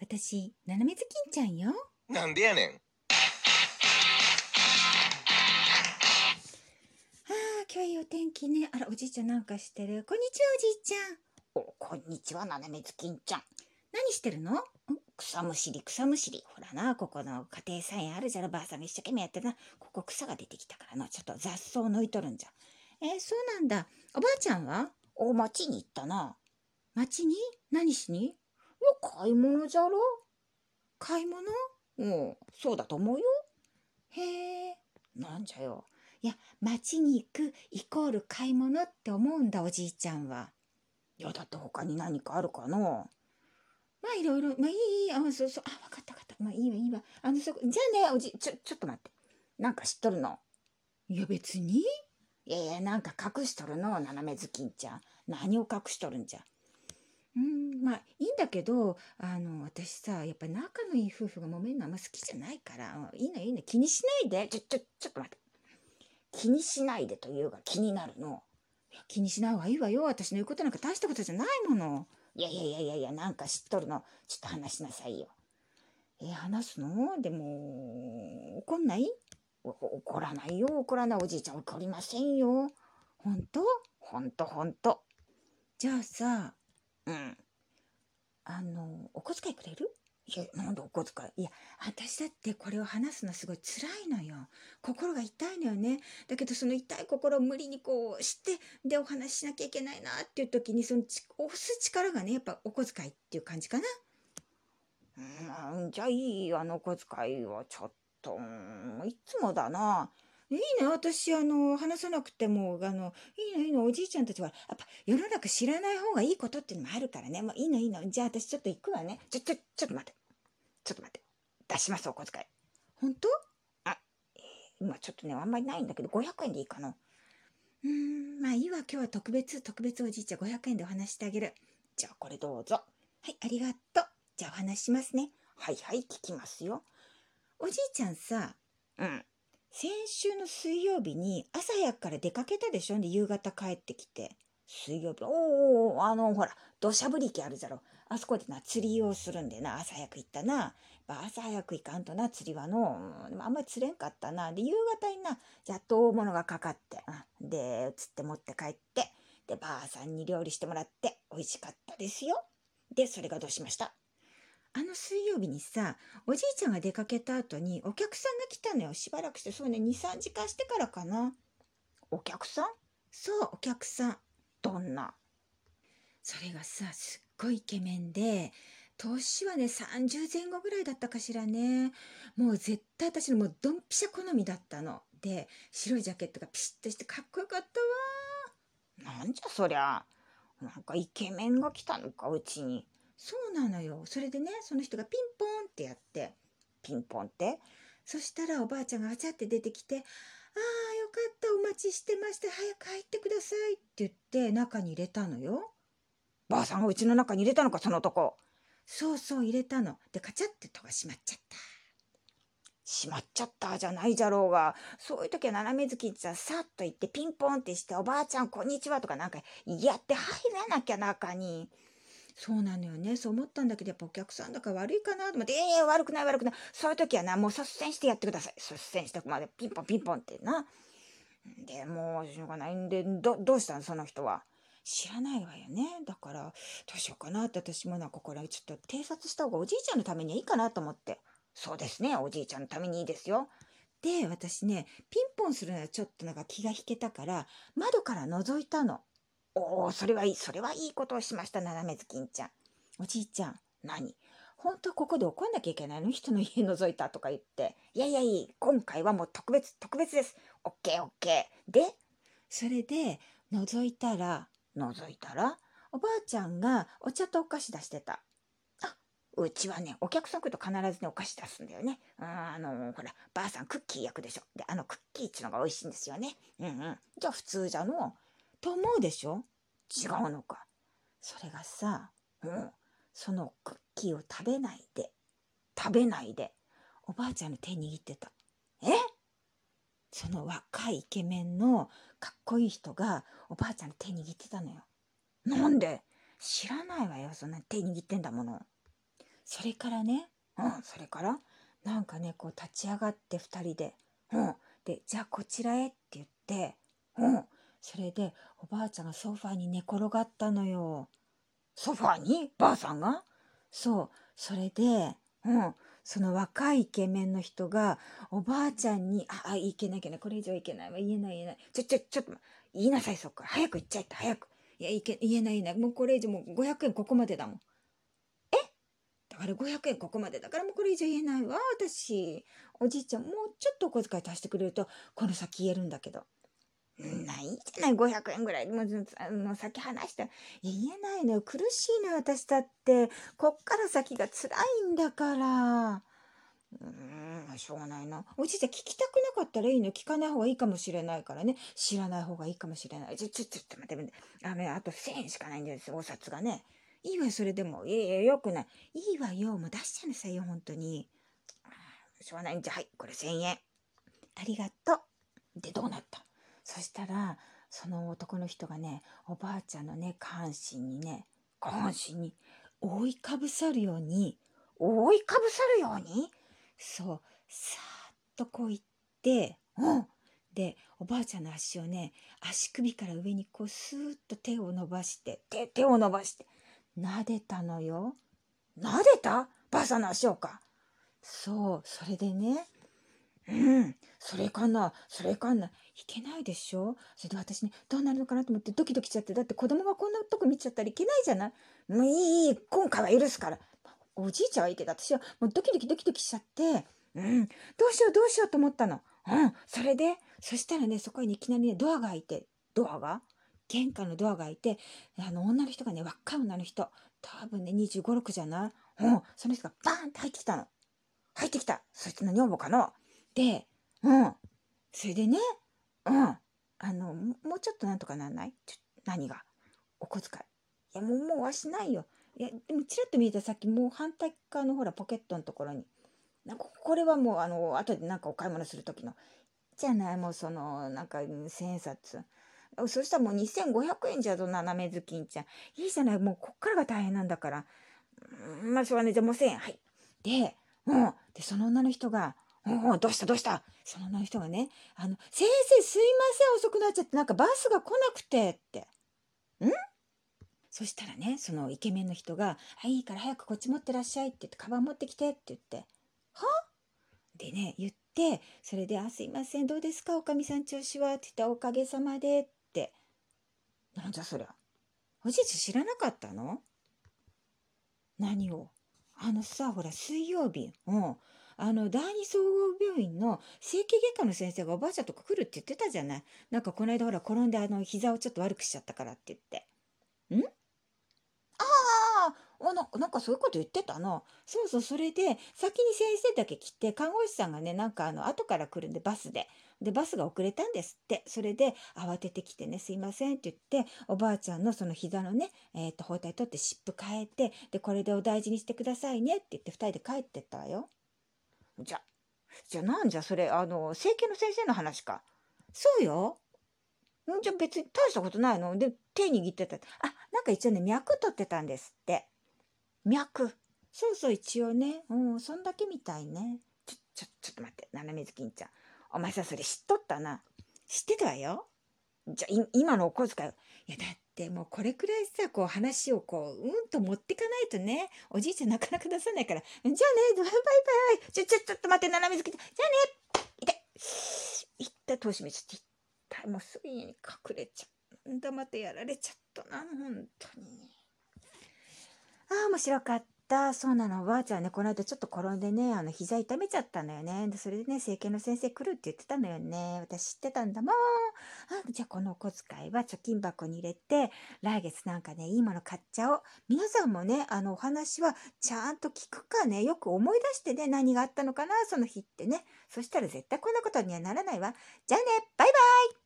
私、斜めずきんちゃんよ。なんでやねん。ああ、今日いいお天気ね。あら、おじいちゃんなんかしてる。こんにちは、おじいちゃん。お、こんにちは、ななめずきんちゃん。何してるのん草むしり、草むしり。ほらな、ここの家庭菜園あるじゃろ。ばあさんが一生懸命やってな。ここ草が出てきたからの。ちょっと雑草を抜いとるんじゃ。えーそうなんだ。おばあちゃんはお、町に行ったな。町に何しにお、買い物じゃろ買い物うん、そうだと思うよ。へえ。なんじゃよ。町に行くイコール買い物って思うんだ、おじいちゃんは。いや、だって他に何かあるかの。まあいろいろ、まあいいいい、あ、そうそう、あ、わかったわかった。まあいいわいいわ。あの、そこ、じゃあね、おじ、ちょ、ちょっと待って。なんか知っとるのいや別に。いやいや、なんか隠しとるの、斜めずきんちゃん。何を隠しとるんじゃ。うん、まあいいんだけど、あの、私さ、やっぱり仲のいい夫婦が揉めるのあんま好きじゃないから、いいのいいの、気にしないで。ちょ、ちょ、ちょっと待って。気にしないでというが気になるの。いや気にしない方がいいわよ。私の言うことなんか大したことじゃないもの。いやいやいやいやいや、なんか知っとるの。ちょっと話しなさいよ。えー話すのでも、怒んないお怒らないよ、怒らないおじいちゃん怒りませんよ。本当ほんとほんと。じゃあさ、うん。あの、お小遣いくれるいや、なんでお小遣いいや、私だってこれを話すのすごい辛いのよ。心が痛いのよね。だけどその痛い心を無理にこうして、でお話ししなきゃいけないなっていう時に、そのち押す力がね、やっぱお小遣いっていう感じかな。うん、じゃあいいよあのお小遣いはちょっと、うん、いつもだな。いいのよ私、あの、話さなくても、あの、いいのいいの、おじいちゃんたちは、やっぱ世の中知らない方がいいことっていうのもあるからね。もういいのいいの。じゃあ私ちょっと行くわね。ちょ、ちょ、ちょっと待って。ちょっと待って。出します、お小遣い。本当今ちょっとね、あんまりないんだけど、500円でいいかな。うーん、まあいいわ。今日は特別、特別おじいちゃん500円でお話してあげる。じゃあこれどうぞ。はい、ありがとう。じゃあお話しますね。はいはい、聞きますよ。おじいちゃんさ、うん。先週の水曜日に朝早くから出かけたでしょで、夕方帰ってきて。水曜日、おーおーおーあの、ほら、土砂降り機あるじゃろ。あそこでな、釣りをするんでな、朝早く行ったな。やっぱ朝早く行かんとな、釣りはの、うんでもあんまり釣れんかったな。で、夕方にな、やっと大物がかかって、うんで、釣って持って帰って、で、ばあさんに料理してもらって、美味しかったですよ。で、それがどうしましたあの水曜日にさ、おじいちゃんが出かけた後にお客さんが来たのよ。しばらくして、そうね、2、3時間してからかな。お客さんそう、お客さん。どんなそれがさ、すっごいイケメンで、年はね、30前後ぐらいだったかしらね。もう絶対私のもうドンピシャ好みだったの。で、白いジャケットがピシッとしてかっこよかったわ。なんじゃそりゃ。なんかイケメンが来たのか、うちに。そうなのよ。それでね、その人がピンポンってやって、ピンポンって。そしたらおばあちゃんがガチャって出てきて、ああ、よかった、お待ちしてました、早く入ってくださいって言って中に入れたのよ。ばあさんがうちの中に入れたのか、その男。そうそう、入れたの。で、カチャって戸が閉まっちゃった。しまっちゃったじゃないじゃろうが。そういう時は斜めずきんちゃんさっと行ってピンポンってして、おばあちゃんこんにちはとかなんかやって入らなきゃ中に。そうなのよね。そう思ったんだけど、やっぱお客さんだから悪いかなと思って、で、ええ悪くない悪くない。そういう時はな、もう率先してやってください。率先してここまでピンポンピンポンってな。で、もうしょうがないんで、ど、どうしたのその人は。知らないわよね。だから、どうしようかなって私もなんかこれちょっと偵察した方がおじいちゃんのためにはいいかなと思って。そうですね、おじいちゃんのためにいいですよ。で、私ね、ピンポンするのはちょっとなんか気が引けたから、窓から覗いたの。おお、それはいい、それはいいことをしました、斜めずきんちゃん。おじいちゃん、何本当はここで怒んなきゃいけないの人の家覗いたとか言って。いやいやいい、今回はもう特別、特別です。オッケーオッケー。で、それで、覗いたら、覗いたら、おばあちゃんがお茶とお菓子出してた。うちはね、お客さん来ると必ずね、お菓子出すんだよね。うん、あの、ほら、ばあさんクッキー焼くでしょ。で、あのクッキーっていうのが美味しいんですよね。うんうん。じゃあ普通じゃのと思うでしょ違うのか。それがさ、うん。そのクッキーを食べないで、食べないで。おばあちゃんの手握ってた。えその若いイケメンのかっこいい人がおばあちゃんの手握ってたのよ。なんで知らないわよ、そんな手握ってんだもの。それからねうん、それからなんかねこう立ち上がって2人で「うん」で「じゃあこちらへ」って言ってうん、それでおばあちゃんがソファーに寝転がったのよ。ソファーにばあさんがそうそれでうん、その若いイケメンの人がおばあちゃんに「ああいけないいけないこれ以上いけないわ言えない言えないちょちょちょっと言いなさい、そっから。早く行っちゃいって、早く。いやいけ言えない言えないもうこれ以上もう500円ここまでだもん」えだから500円ここまでだからもうこれ以上言えないわ私おじいちゃんもうちょっとお小遣い足してくれるとこの先言えるんだけどうんないじゃない、500円ぐらい。もう、ずあの、先話して。いや言えないのよ苦しいのよ私だってこっから先が辛いんだからうーん、しょうがないな。おじいちゃん聞きたくなかったらいいのよ聞かない方がいいかもしれないからね知らない方がいいかもしれないちょ、ちょ、ちょっと待って待って。あ、めあと1000円しかないんです、お札がね。いいわよそれでもいやいや、よくない。いいわよもう出しちゃいなさいよ本当にしょうがないんじゃ、はい、これ1000円。ありがとうで、どうなったそしたらその男の人がねおばあちゃんのね下半身にね下半身に。覆いかぶさるように覆いかぶさるようにそうさーっとこう行ってうん。でおばあちゃんの足をね足首から上にこうスーッと手を伸ばして手、手を伸ばして。撫でたのよ撫でたばあさんの足をか。そうそれでねうん。それかな、それかな。いけないでしょそれで私ねどうなるのかなと思ってドキドキしちゃってだって子供がこんなとこ見ちゃったらいけないじゃないもういい、いい。今回は許すから。おじいちゃんはいいけど私はもうドキドキドキドキしちゃってうん。どうしようどうしようと思ったのうん。それでそしたらねそこにいきなりねドアが開いてドアが玄関のドアが開いてあの女の人がね若い女の人多分ね2 5 6じゃないうん。その人がバーンって入ってきたの入ってきた。そいつの女房かなでうん。うん。それでいねあのももうちょっとなんとかなんないちょ何がお小遣いや、もう、もうわしないよ。いやでもちらっと見えたさっきもう反対側のほらポケットのところになんかこれはもう、あの、後でなんかお買い物する時の。じゃないもうそのなんかうん千円札そしたらもう2500円じゃぞ、斜めずきんちゃん。いいじゃないもうこっからが大変なんだからうん、まあ、しょうがない。じゃあもう1000円。はい。でうん。でその女の人がうんうん、どうしたどうしたその女の人がね「あの先生すいません遅くなっちゃってなんかバスが来なくて」って。んそしたらねそのイケメンの人が「あいいから早くこっち持ってらっしゃい」って言って「カバン持ってきて」って言って「はでね言ってそれで「あすいませんどうですかおかみさん調子は」って言ったら「おかげさまで」ってなんじゃそりゃ。おじいちゃん知らなかったの何をあのさほら水曜日うん。あの第二総合病院の整形外科の先生がおばあちゃんとこ来るって言ってたじゃないなんかこの間ほら転んであの膝をちょっと悪くしちゃったからって言ってああ、おななんかそういうこと言ってたな。そうそうそれで先に先生だけ来て看護師さんがねなんかあの後から来るんでバスででバスが遅れたんですってそれで慌てて来てね「すいません」って言っておばあちゃんのその膝のね、えー、と包帯取って湿布変えてでこれでお大事にしてくださいねって言って2人で帰ってったわよ。じゃ、じゃなんじゃそれ、あの、整形の先生の話か。そうよんじゃ別に大したことないの。で、手握ってた。あなんか一応ね脈取ってたんですって脈。そうそう一応ねうんそんだけみたいねちょ、ちょ、ちょっと待って。斜めずきんちゃん。お前さ、それ知っとったな。知ってたわよじゃ、い今のお小遣い、いやだってもうこれくらいさこう話をこううんと持ってかないとねおじいちゃんなかなか出さないから「じゃあねバイバイバイ」ちょ、ちょ、ちょっと待って、斜めずきんちゃん。じゃあね。痛い。痛い、戸を閉めちゃって。痛い。もうすぐに隠れちゃう。なんだ、またやられちゃったな、本当に。ああ面白かったそうなのおばあちゃんねこの間ちょっと転んでねあの膝痛めちゃったのよねでそれでね整形の先生来るって言ってたのよね私知ってたんだもんあじゃあこのお小遣いは貯金箱に入れて来月なんかねいいもの買っちゃおう皆さんもねあのお話はちゃんと聞くかねよく思い出してね何があったのかなその日ってねそしたら絶対こんなことにはならないわじゃあねバイバイ